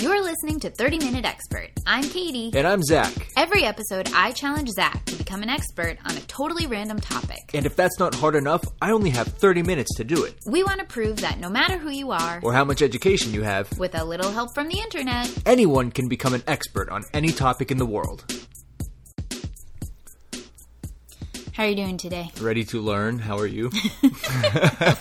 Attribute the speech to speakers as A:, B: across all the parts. A: You're listening to 30 Minute Expert. I'm Katie.
B: And I'm Zach.
A: Every episode, I challenge Zach to become an expert on a totally random topic.
B: And if that's not hard enough, I only have 30 minutes to do it,
A: We want to prove that no matter who you are,
B: or how much education you have.
A: with a little help from the internet,
B: Anyone can become an expert on any topic in the world.
A: how are you doing today?
B: Ready to learn? How are you?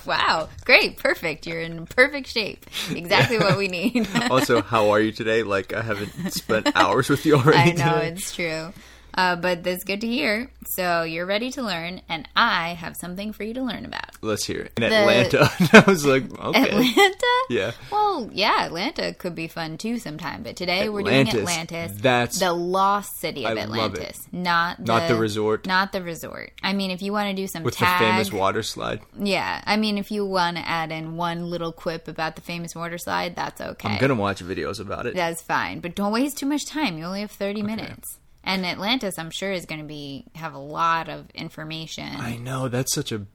A: Wow, great, perfect. You're in perfect shape. Exactly what we need.
B: also, how are you today? Like, I haven't spent hours with you
A: I
B: already.
A: know,
B: today.
A: it's true. Uh, but that's good to hear. So you're ready to learn, and I have something for you to learn about.
B: Let's hear it. In Atlanta. I was like, okay.
A: Atlanta?
B: Yeah.
A: Well, yeah, Atlanta could be fun too sometime, but today we're doing
B: Atlantis.
A: Atlantis.
B: That's-
A: the lost city of
B: I love it.
A: Atlantis, not the,
B: Not the resort.
A: Not the resort. I mean, if you want to do some
B: With
A: tag,
B: the famous water slide.
A: yeah. I mean, if you want to add in one little quip about the famous water slide, that's okay.
B: I'm going to watch videos about it.
A: That's fine, but don't waste too much time. You only have thirty minutes. And Atlantis, I'm sure, is going to be have a lot of information.
B: I know. That's such a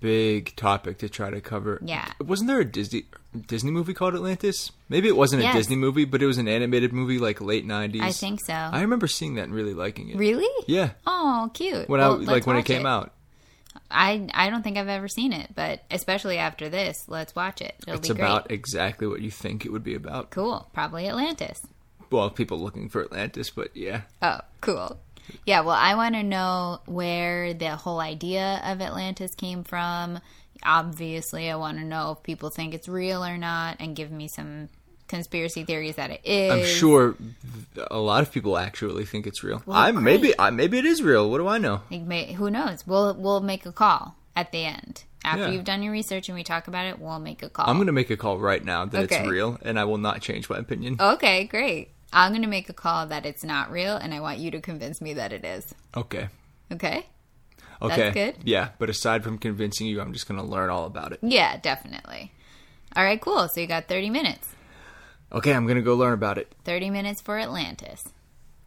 B: big topic to try to cover.
A: Yeah.
B: Wasn't there a Disney Disney movie called Atlantis? Maybe it wasn't
A: Yes.
B: a Disney movie, but it was an animated movie like late 90s.
A: I think so.
B: I remember seeing that and really liking it.
A: really?
B: Yeah.
A: Oh, cute.
B: When
A: Well,
B: I
A: let's
B: like when it
A: watch
B: came out.
A: I I don't think I've ever seen it, but especially after this, let's watch it. It'll
B: It's
A: be great.
B: about exactly what you think it would be about.
A: cool. Probably Atlantis.
B: Well, people looking for Atlantis, but yeah.
A: Oh, cool. Yeah, well, I want to know where the whole idea of Atlantis came from. Obviously, I want to know if people think it's real or not and give me some conspiracy theories that it is.
B: I'm sure th- a lot of people actually think it's real. I
A: great.
B: maybe I maybe it is real. What do I know?
A: Like, may- who knows? We'll we'll make a call at the end. After
B: Yeah.
A: you've done your research and we talk about it, we'll make a call.
B: I'm going to make a call right now that
A: Okay.
B: it's real and I will not change my opinion.
A: Okay, great. I'm going to make a call that it's not real and I want you to convince me that it is.
B: Okay.
A: Okay?
B: Okay.
A: good.
B: Yeah, but aside from convincing you, I'm just going to learn all about it.
A: Yeah, definitely. All right, cool. So you got 30 minutes.
B: Okay, I'm going to go learn about it.
A: 30 minutes for Atlantis.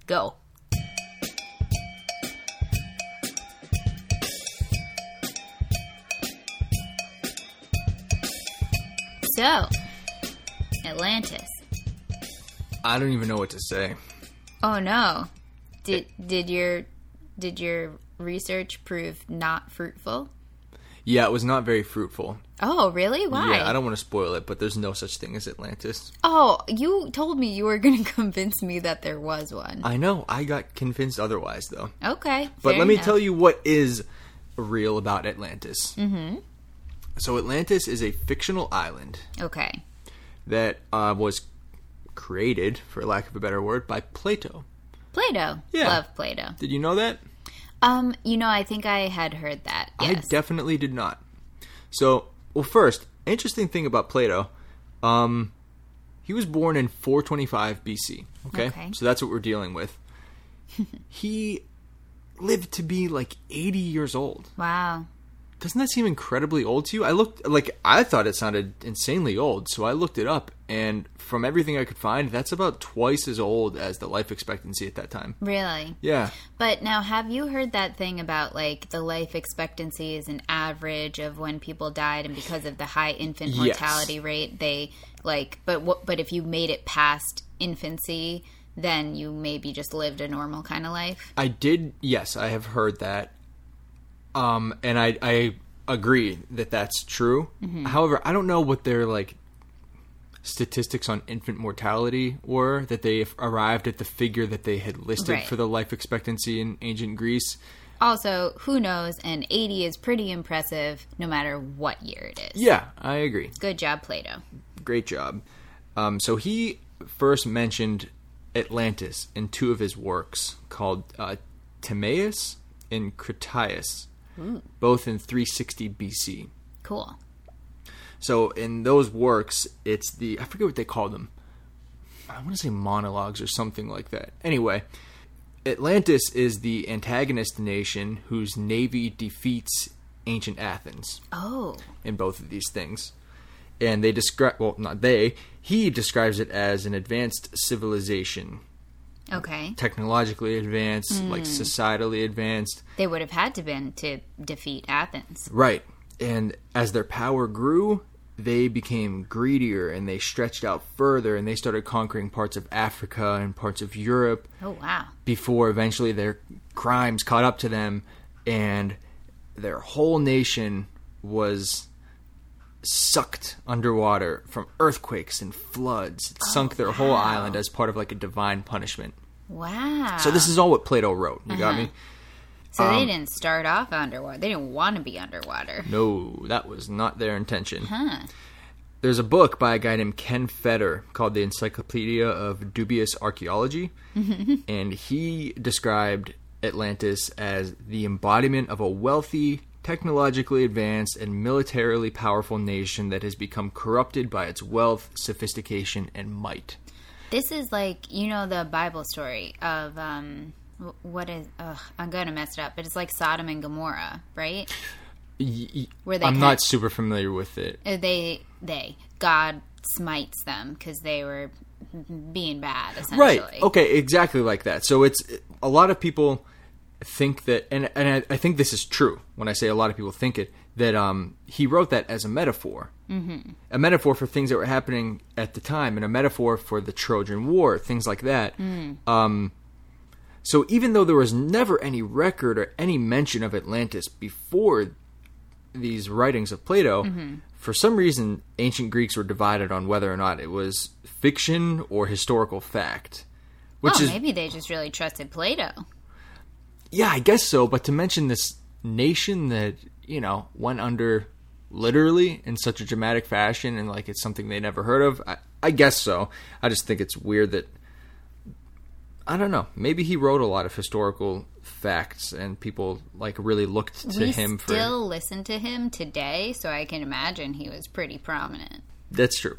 A: Go. So, Atlantis.
B: I don't even know what to say.
A: Oh no. Did did your did your research prove not fruitful?
B: Yeah, it was not very fruitful.
A: Oh, really? Why?
B: Yeah, I don't want to spoil it, but there's no such thing as Atlantis.
A: Oh, you told me you were going to convince me that there was one.
B: I know. I got convinced otherwise, though.
A: Okay.
B: But let me tell you what is real about Atlantis. Mm-hmm. So Atlantis is a fictional island
A: Okay.
B: that uh, was created, for lack of a better word, by Plato.
A: Play-Doh.
B: Yeah.
A: Love Play-Doh.
B: Did you know that?
A: Um, you know, I think I had heard that. Yes.
B: I definitely did not. So, well, first, interesting thing about Plato, um, he was born in 425 BC. Okay?
A: Okay.
B: so that's what we're dealing with. he lived to be like 80 years old.
A: wow.
B: Doesn't that seem incredibly old to you? I looked like I thought it sounded insanely old, so I looked it up, and from everything I could find, that's about twice as old as the life expectancy at that time.
A: Really?
B: Yeah,
A: But now, have you heard that thing about like the life expectancy is an average of when people died, and because of the high infant
B: Yes.
A: mortality rate, they like. But what? But if you made it past infancy, then you maybe just lived a normal kind of life.
B: I did. Yes, I have heard that. Um, and I I agree that that's true. However, I don't know what their like statistics on infant mortality were that they f- arrived at the figure that they had listed
A: Right.
B: for the life expectancy in ancient Greece.
A: Also, who knows? And eighty is pretty impressive, no matter what year it is.
B: Yeah, I agree.
A: Good job, Plato.
B: Great job. Um, so he first mentioned Atlantis in two of his works called uh, Timaeus and Critias, both in 360 BC.
A: Cool.
B: So in those works, it's the I forget what they call them. I want to say monologues or something like that. Anyway, Atlantis is the antagonist nation whose navy defeats ancient Athens
A: Oh,
B: in both of these things. And they describe well, not they, he describes it as an advanced civilization,
A: okay.
B: technologically advanced, like societally advanced.
A: They would have had to been to defeat Athens.
B: Right. And as their power grew, they became greedier and they stretched out further and they started conquering parts of Africa and parts of Europe
A: Oh wow.
B: before eventually their crimes caught up to them and their whole nation was sucked underwater from earthquakes and floods. It sunk their whole island as part of like a divine punishment.
A: Wow.
B: So this um, is all what Plato wrote. You got me?
A: So they didn't start off underwater. They didn't want to be underwater.
B: No, that was not their intention.
A: Huh.
B: There's a book by a guy named Ken Fetter called The Encyclopedia of Dubious Archaeology, and he described Atlantis as the embodiment of a wealthy, technologically advanced, and militarily powerful nation that has become corrupted by its wealth, sophistication, and might.
A: This is like you know the Bible story of um wh- what is ugh, I'm gonna mess it up, but it's like Sodom and Gomorrah, right?
B: Y- y-
A: Were they
B: I'm
A: kin-
B: not super familiar with it.
A: Uh, They they God smites them because they were being bad essentially.
B: right okay exactly like that so it's a lot of people think that and and I, I think this is true when i say a lot of people think it that um he wrote that as a metaphor mm-hmm. a metaphor for things that were happening at the time and a metaphor for the trojan war things like that um so even though there was never any record or any mention of atlantis before these writings of Plato, for some reason, ancient Greeks were divided on whether or not it was fiction or historical fact. Which
A: Oh,
B: is,
A: maybe they just really trusted Plato.
B: yeah, I guess so. But to mention this nation that you know went under literally in such a dramatic fashion and like it's something they never heard of, I, I guess so. I just think it's weird that I don't know. Maybe he wrote a lot of historical facts and people like really looked to
A: we
B: him for
A: still listen to him today, so I can imagine he was pretty prominent.
B: That's true.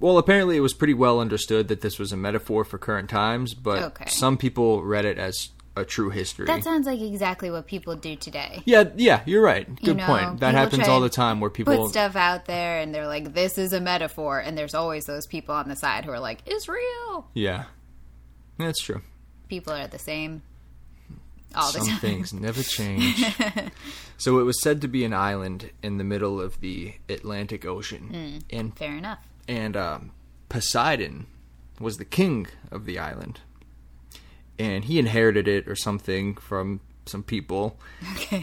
B: Well, apparently it was pretty well understood that this was a metaphor for current times, but
A: Okay.
B: some people read it as a true history.
A: That sounds like exactly what people do today.
B: yeah, yeah, you're right. Good
A: You know,
B: point. That
A: people
B: happens
A: try
B: all
A: to
B: the time where
A: put
B: people
A: stuff out there and they're like this is a metaphor and there's always those people on the side who are like it's real
B: Yeah. That's true.
A: people are the same all the
B: Some
A: time
B: things never change. so it was said to be an island in the middle of the Atlantic Ocean. And
A: fair enough
B: and um, Poseidon was the king of the island, and he inherited it or something from some people.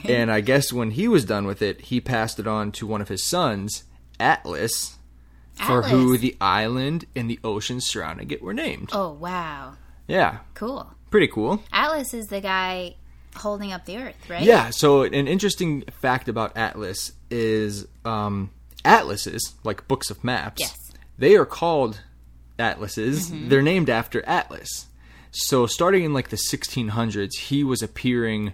B: And I guess when he was done with it, he passed it on to one of his sons, Atlas, for who
A: Atlas.
B: the island and the ocean surrounding it were named.
A: oh wow
B: Yeah,
A: cool
B: pretty cool.
A: atlas is the guy holding up the earth right
B: Yeah, so an interesting fact about Atlas is um, atlases, like books of maps,
A: Yes.
B: they are called atlases. They're named after Atlas. So starting in like the 1600s, he was appearing.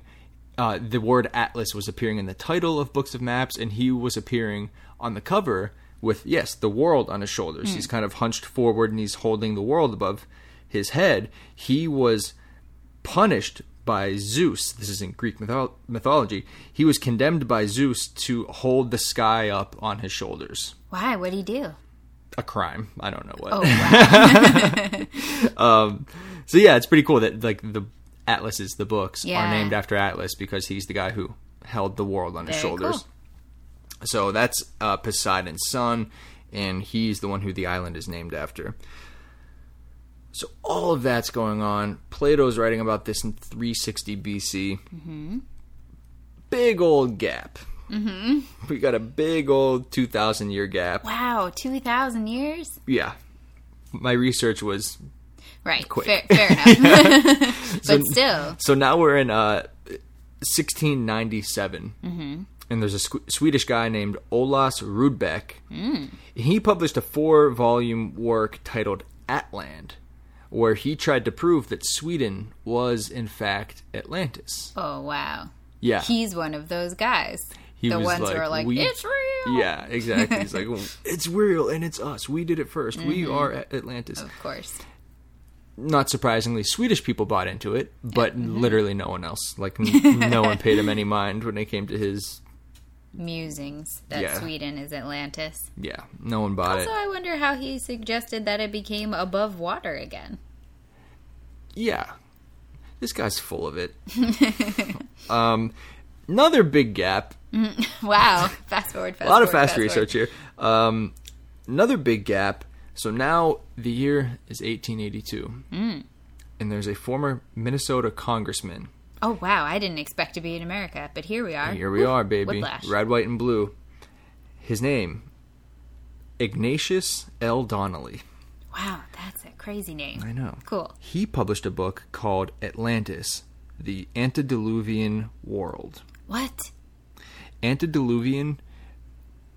B: Uh, the word atlas was appearing in the title of books of maps, and he was appearing on the cover with yes, the world on his shoulders. He's kind of hunched forward, and he's holding the world above his head. He was punished by Zeus. This is in Greek mytho- mythology. He was condemned by Zeus to hold the sky up on his shoulders.
A: why what'd he do
B: A crime. I don't know what. Um,
A: oh wow Oh,
B: So yeah, it's pretty cool that like the atlases, the books are
A: Yeah.
B: named after Atlas because he's the guy who held the world on his
A: Very
B: shoulders. So that's uh, Poseidon's son, and he's the one who the island is named after. So all of that's going on. Plato's writing about this in 360 BC.
A: Mm-hmm.
B: Big old gap.
A: Mm-hmm.
B: We got a big old 2,000 year gap.
A: wow 2000 years
B: Yeah. My research was
A: right
B: Quick.
A: fair, fair enough but still
B: So now we're in uh, 1697,
A: Mm-hmm.
B: and there's a squ- Swedish guy named Olas Rudbeck.
A: Mm.
B: He published a four-volume work titled Atland, where he tried to prove that Sweden was in fact Atlantis.
A: oh wow
B: Yeah,
A: he's one of those guys
B: He
A: the
B: was
A: ones
B: like,
A: who are like
B: "We-
A: it's real
B: yeah, exactly. He's like, it's real and it's us. We did it 1st We
A: Mm-hmm.
B: are At- Atlantis.
A: of course
B: not surprisingly, Swedish people bought into it, but literally no one else. Like n- no one paid him any mind when it came to his.
A: musings that
B: Yeah.
A: sweden is atlantis
B: Yeah, no one bought
A: Also,
B: it.
A: I wonder how he suggested that it became above water again.
B: Yeah, this guy's full of it. um, another big gap
A: Wow. Fast forward. Fast
B: a lot of
A: forward,
B: fast research here. Um, another big gap. So now the year is 1882, and there's a former Minnesota congressman.
A: forward. Oh wow! I didn't expect to be in America, but here we are.
B: Here we
A: Woo.
B: are, baby.
A: Whiplash.
B: Red, white, and blue. His name, Ignatius L. Donnelly.
A: Wow, that's a crazy name.
B: I know.
A: Cool.
B: He published a book called Atlantis: The Antediluvian World.
A: What?
B: Antediluvian.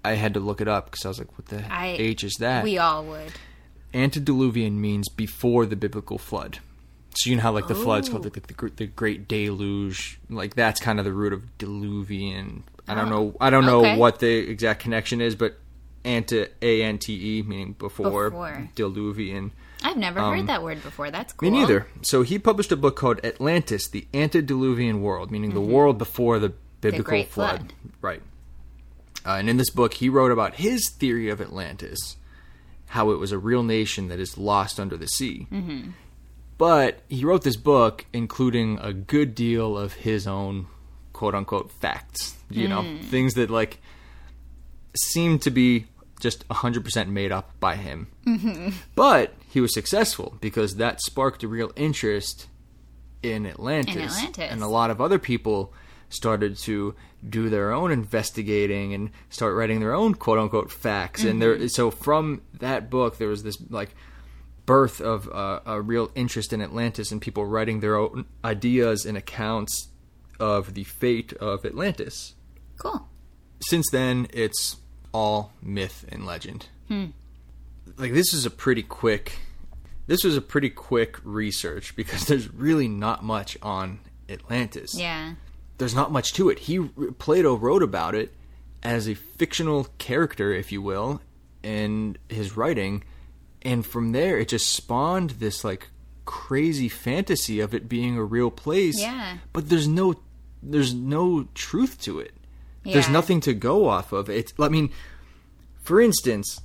B: I had to look it up because I was like, "What the
A: I
B: H is that?"
A: We all would.
B: Antediluvian means before the biblical flood. So you know how like the flood's called
A: Oh.
B: like the, the, gr- the Great Deluge. Like that's kind of the root of diluvian. I don't know. I don't know
A: Oh. okay.
B: what the exact connection is, but ante a n t e meaning before,
A: Before.
B: diluvian.
A: I've never heard that word before. That's cool.
B: Um, Me neither. So he published a book called Atlantis: The Antediluvian World, meaning the world before the biblical
A: Great
B: Mm-hmm. flood.
A: Flood.
B: Right. Uh, and in this book, he wrote about his theory of Atlantis, how it was a real nation that is lost under the sea. Mm-hmm. But he wrote this book including a good deal of his own quote unquote facts, you know, things that like seemed to be just 100% made up by him. But he was successful because that sparked a real interest in Atlantis.
A: Atlantis.
B: And a lot of other people started to do their own investigating and start writing their own quote unquote facts. And there, so from that book, there was this like birth of uh, a real interest in Atlantis and people writing their own ideas and accounts of the fate of Atlantis.
A: Cool.
B: Since then, it's all myth and legend.
A: Hmm.
B: Like this is a pretty quick. This was a pretty quick research because there's really not much on Atlantis.
A: Yeah.
B: There's not much to it. He Plato wrote about it as a fictional character, if you will, in his writing, and from there it just spawned this like crazy fantasy of it being a real place.
A: Yeah.
B: But there's no there's no truth to it there's
A: Yeah.
B: nothing to go off of. It's I mean, for instance,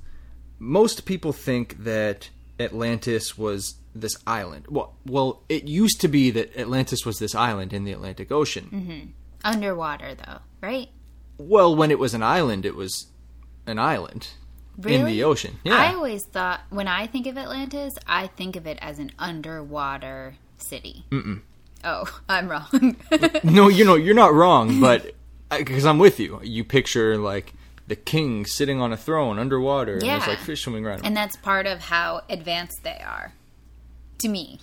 B: most people think that Atlantis was this island. Well, well, it used to be that Atlantis was this island in the Atlantic Ocean.
A: Mm-hmm. Underwater though, right?
B: Well, when it was an island, it was an island in
A: Really?
B: the ocean. Yeah.
A: I always thought when I think of Atlantis, I think of it as an underwater city. Mm-mm. Oh, I'm wrong.
B: no, you know, you're not wrong, but because I'm with you, you picture like the king sitting on a throne underwater and
A: Yeah.
B: there's like fish swimming around. him.
A: and that's part of how advanced they are. To me,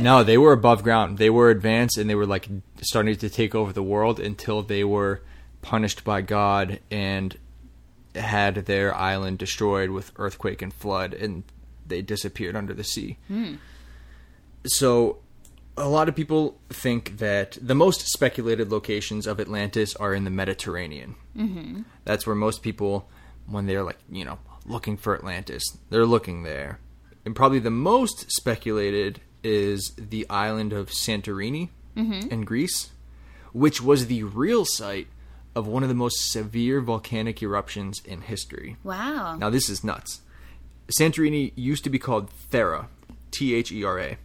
B: No, they were above ground. They were advanced and they were like starting to take over the world until they were punished by God and had their island destroyed with earthquake and flood and they disappeared under the sea. So a lot of people think that the most speculated locations of Atlantis are in the Mediterranean. Mm-hmm. That's where most people, when they're like, you know, looking for Atlantis, they're looking there. And probably the most speculated is the island of Santorini in Greece, which was the real site of one of the most severe volcanic eruptions in history.
A: wow.
B: Now this is nuts. Santorini used to be called Thera, T H E R A.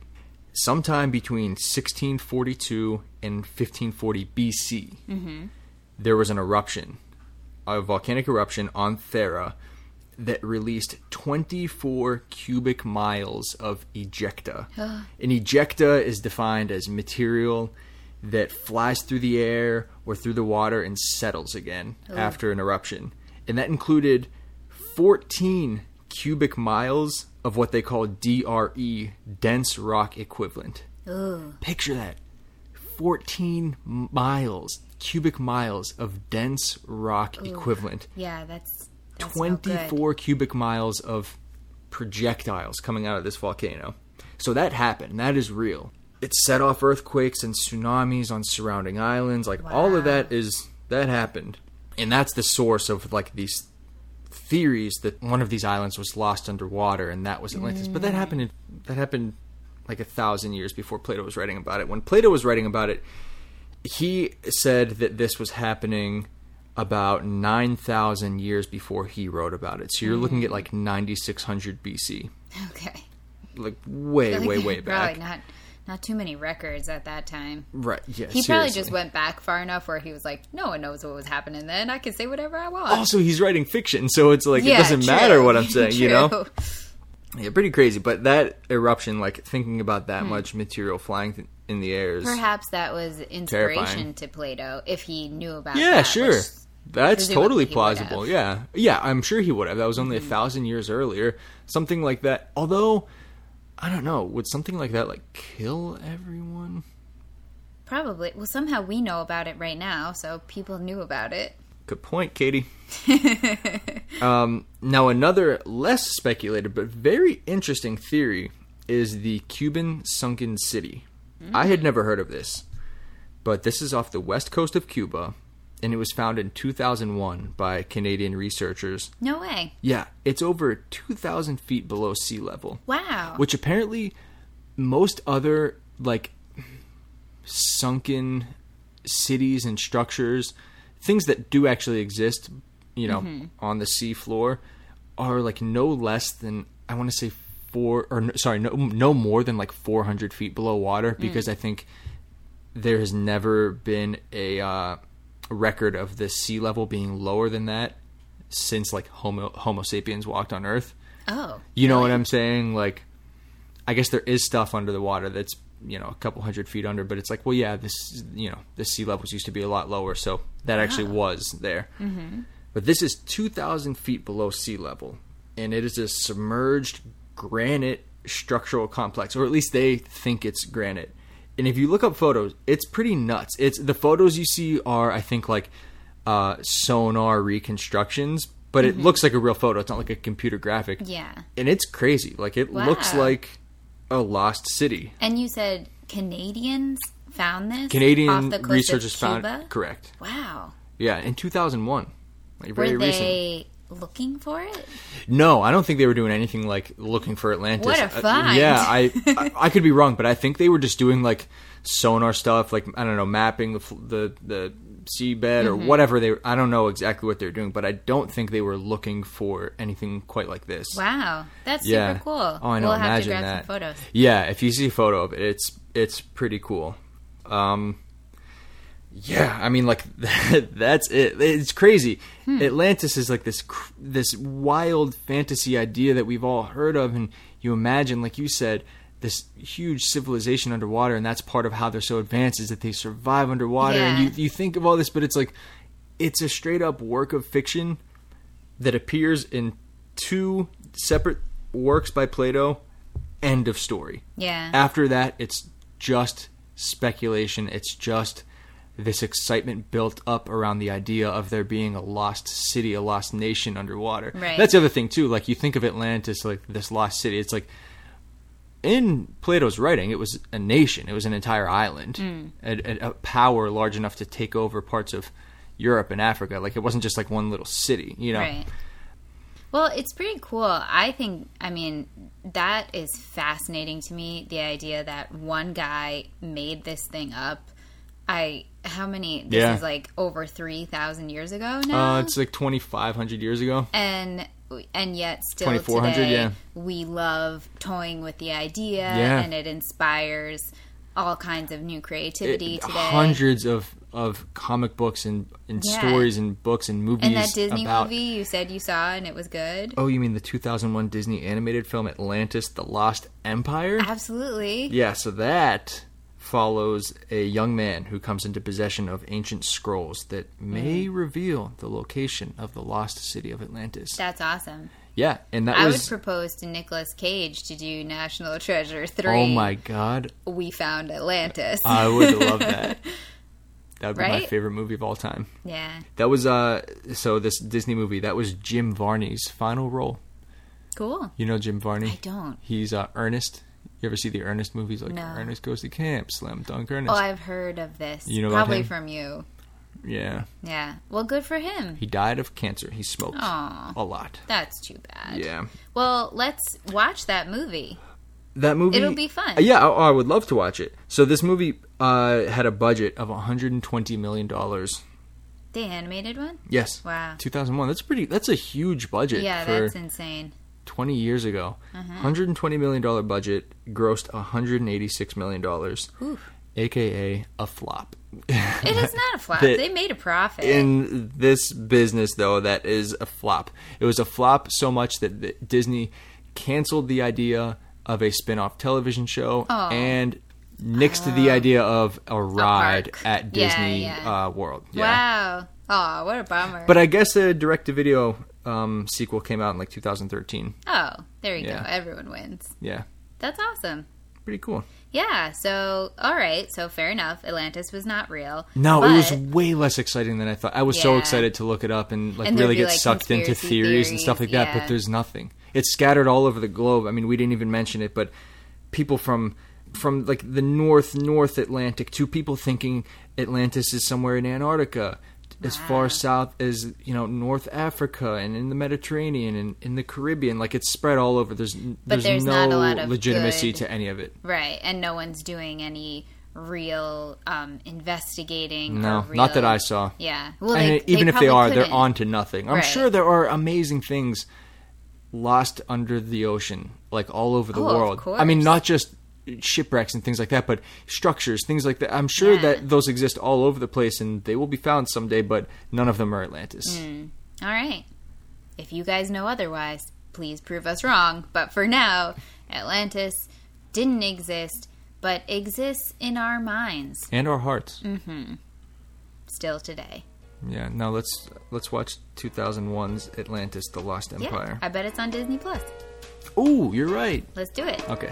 B: Sometime between 1642 and 1540 BC, there was an eruption, a volcanic eruption on Thera that released 24 cubic miles of ejecta. An ejecta is defined as material that flies through the air or through the water and settles again after an eruption. And that included 14 cubic miles of what they call DRE, dense rock equivalent. Picture that. 14 miles, cubic miles of dense rock equivalent.
A: Yeah, that's, that's no good.
B: 24 cubic miles of projectiles coming out of this volcano. So that happened. That is real. It set off earthquakes and tsunamis on surrounding islands. Like all of that is that happened. And that's the source of like these theories that one of these islands was lost underwater and that was Atlantis. But that happened in, that happened like a thousand years before Plato was writing about it. When Plato was writing about it, he said that this was happening about 9,000 years before he wrote about it. So you're looking at
A: Mm.
B: like 9,600 BC.
A: Okay.
B: Like way, way, way back.
A: Probably not not too many records at that time.
B: Right. Yeah.
A: He probably
B: seriously.
A: just went back far enough where he was like, no one knows what was happening then. I can say whatever I want.
B: Also, he's writing fiction, so it's like Oh, it
A: Yeah,
B: doesn't
A: true.
B: matter what I'm saying, you know?
A: True.
B: Yeah, pretty crazy. But that eruption, like thinking about that much material flying th- in the air is.
A: Hmm. Perhaps that was inspiration
B: Terrifying.
A: to Plato if he knew about
B: yeah,
A: that.
B: sure.
A: which-
B: That's
A: presumably
B: totally
A: he Mm-hmm. would have.
B: plausible. Yeah. Yeah, I'm sure he would have. That was only a thousand years earlier. Something like that. Although, I don't know. Would something like that, like, kill everyone?
A: Probably. Well, somehow we know about it right now, so people knew about it.
B: Good point, Katie. um, now, another less speculated but very interesting theory is the Cuban sunken city. I had never heard of this, but this is off the west coast of Cuba, and it was found in 2001 by Canadian researchers.
A: No way.
B: Yeah, it's over 2,000 feet below sea level
A: Wow.
B: which apparently most other like sunken cities and structures things that do actually exist you know on the seafloor are like no less than i want to say four or no, sorry no no more than like 400 feet below water because i think there has never been a uh, record of the sea level being lower than that since like homo homo sapiens walked on earth
A: oh.
B: you know what I'm saying? Like, I guess there is stuff under the water that's you know a couple hundred feet under, but it's like, well, yeah, this you know the sea levels used to be a lot lower, so that actually was there. Mm-hmm. But this is 2,000 feet below sea level, and it is a submerged granite structural complex, or at least they think it's granite. And if you look up photos, it's pretty nuts. It's the photos you see are, I think, like uh, sonar reconstructions, but it looks like a real photo. It's not like a computer graphic
A: Yeah.
B: and it's crazy. Like it looks
A: Wow.
B: like a lost city.
A: And you said Canadians found this? off
B: Canadian
A: the coast of
B: researchers
A: Cuba?
B: found correct.
A: Wow.
B: Yeah, in 2001. Like
A: Were
B: very recent.
A: they looking for it?
B: No, I don't think they were doing anything like looking for Atlantis.
A: What a
B: Uh,
A: find.
B: yeah, I, I I could be wrong, but I think they were just doing like sonar stuff, like I don't know, mapping the fl- the the seabed
A: Mm-hmm.
B: or whatever they were, I don't know exactly what they're doing, but I don't think they were looking for anything quite like this.
A: Wow. That's
B: Yeah.
A: super cool.
B: Oh, I know.
A: We'll have
B: Imagine
A: to grab
B: that.
A: some photos.
B: Yeah, if you see a photo of it, it's it's pretty cool. Um, yeah, I mean, like that's it. It's crazy. Atlantis is like this cr- this wild fantasy idea that we've all heard of, and you imagine, like you said, this huge civilization underwater, and that's part of how they're so advanced is that they survive underwater. And
A: Yeah.
B: you you think of all this, but it's like it's a straight up work of fiction that appears in two separate works by Plato. End of story
A: Yeah.
B: after that it's just speculation it's just this excitement built up around the idea of there being a lost city a lost nation underwater
A: Right.
B: that's the other thing too like you think of atlantis like this lost city it's like in plato's writing it was a nation it was an entire island
A: Mm. Hmm.
B: a, a- a power large enough to take over parts of europe and africa like it wasn't just like one little city you know
A: Right. Well, it's pretty cool. I think, I mean, that is fascinating to me. The idea that one guy made this thing up. I, how many, this
B: Yeah.
A: is like over 3,000 years ago now.
B: uh, it's like 2500 years ago
A: and and yet still
B: 2400,
A: today
B: yeah.
A: we love toying with the idea
B: Yeah.
A: and it inspires all kinds of new creativity
B: it-
A: today
B: hundreds of of comic books and, and
A: Yeah.
B: stories and books and movies
A: and that disney
B: about
A: movie you said you saw and it was good
B: oh you mean the 2001 disney animated film atlantis the lost empire
A: absolutely
B: yeah so that follows a young man who comes into possession of ancient scrolls that may
A: Mm.
B: reveal the location of the lost city of atlantis
A: that's awesome
B: yeah and that
A: i would
B: was
A: propose to nicolas cage to do national treasure 3
B: oh my god
A: we found atlantis
B: i would love that that would be my
A: Right?
B: favorite movie of all time
A: yeah
B: that was uh so this disney movie that was jim varney's final role
A: cool
B: You know Jim Varney?
A: I don't.
B: He's uh, Ernest. You ever see the Ernest movies? Like
A: No.
B: Ernest Goes to Camp, Slam Dunk Ernest.
A: oh i've heard of this
B: You know about
A: probably
B: him?
A: from you
B: yeah.
A: yeah well good for him
B: He died of cancer. He smoked
A: Aw.
B: a lot.
A: that's too bad
B: Yeah.
A: Well, let's watch that movie.
B: That movie. Uh,
A: It'll be fun.
B: Yeah, oh, I, I would love to watch it. So this movie uh, had a budget of 120 million dollars.
A: The animated one?
B: Yes.
A: Wow.
B: 2001. That's pretty. That's a huge budget
A: Yeah,
B: for
A: that's Uh-huh. insane.
B: 20 years ago. $120 million budget, grossed $186 million, aka a flop.
A: It is not a flop.
B: That-
A: they made a profit.
B: in this business though that is a flop it was a flop so much that th- disney canceled the idea of a spin-off television show
A: Oh.
B: and nixed the idea of a ride
A: park.
B: at
A: Yeah,
B: disney
A: yeah.
B: Uh, world
A: Wow. Oh, what a bummer.
B: but i guess a direct-to-video um, sequel came out in like 2013
A: oh, there you
B: Yeah.
A: go. Everyone wins.
B: yeah
A: That's awesome.
B: pretty cool
A: Yeah. So, all right. So, fair enough. Atlantis was not real.
B: no it was
A: But-
B: way less exciting than i thought i was so
A: Yeah.
B: excited to look it up and like
A: And there'd
B: really
A: be,
B: get
A: like,
B: sucked into
A: conspiracy
B: theories, and stuff like
A: theories,
B: that
A: yeah.
B: but there's nothing it's scattered all over the globe i mean we didn't even mention it but people from from like the north north atlantic to people thinking atlantis is somewhere in antarctica as far south as you know north africa and in the mediterranean and in the caribbean like it's spread all over there's there's,
A: there's
B: no
A: not a lot of
B: legitimacy
A: good-
B: to any of it
A: Right, and no one's doing any real um, investigating.
B: No,
A: or real-
B: not that I saw.
A: Yeah, well,
B: and
A: they,
B: even if they
A: probably
B: are, they're
A: couldn't.
B: on to nothing. I'm
A: Right.
B: sure there are amazing things lost under the ocean, like all over the
A: Oh, of
B: world. I
A: course.
B: mean, not just shipwrecks and things like that, but structures, things like that. I'm sure
A: Yeah.
B: that those exist all over the place, and they will be found someday. But none of them are Atlantis.
A: Mm. Hmm, All right. If you guys know otherwise, please prove us wrong. But for now, Atlantis didn't exist, but exists in our minds Mm-hmm.
B: And our
A: Mm.
B: hearts.
A: still today.
B: Yeah. Now let's let's watch 2001's Atlantis: The Lost
A: Yeah,
B: Empire.
A: I bet it's on Disney Plus.
B: Ooh, you're right.
A: Let's do it.
B: Okay.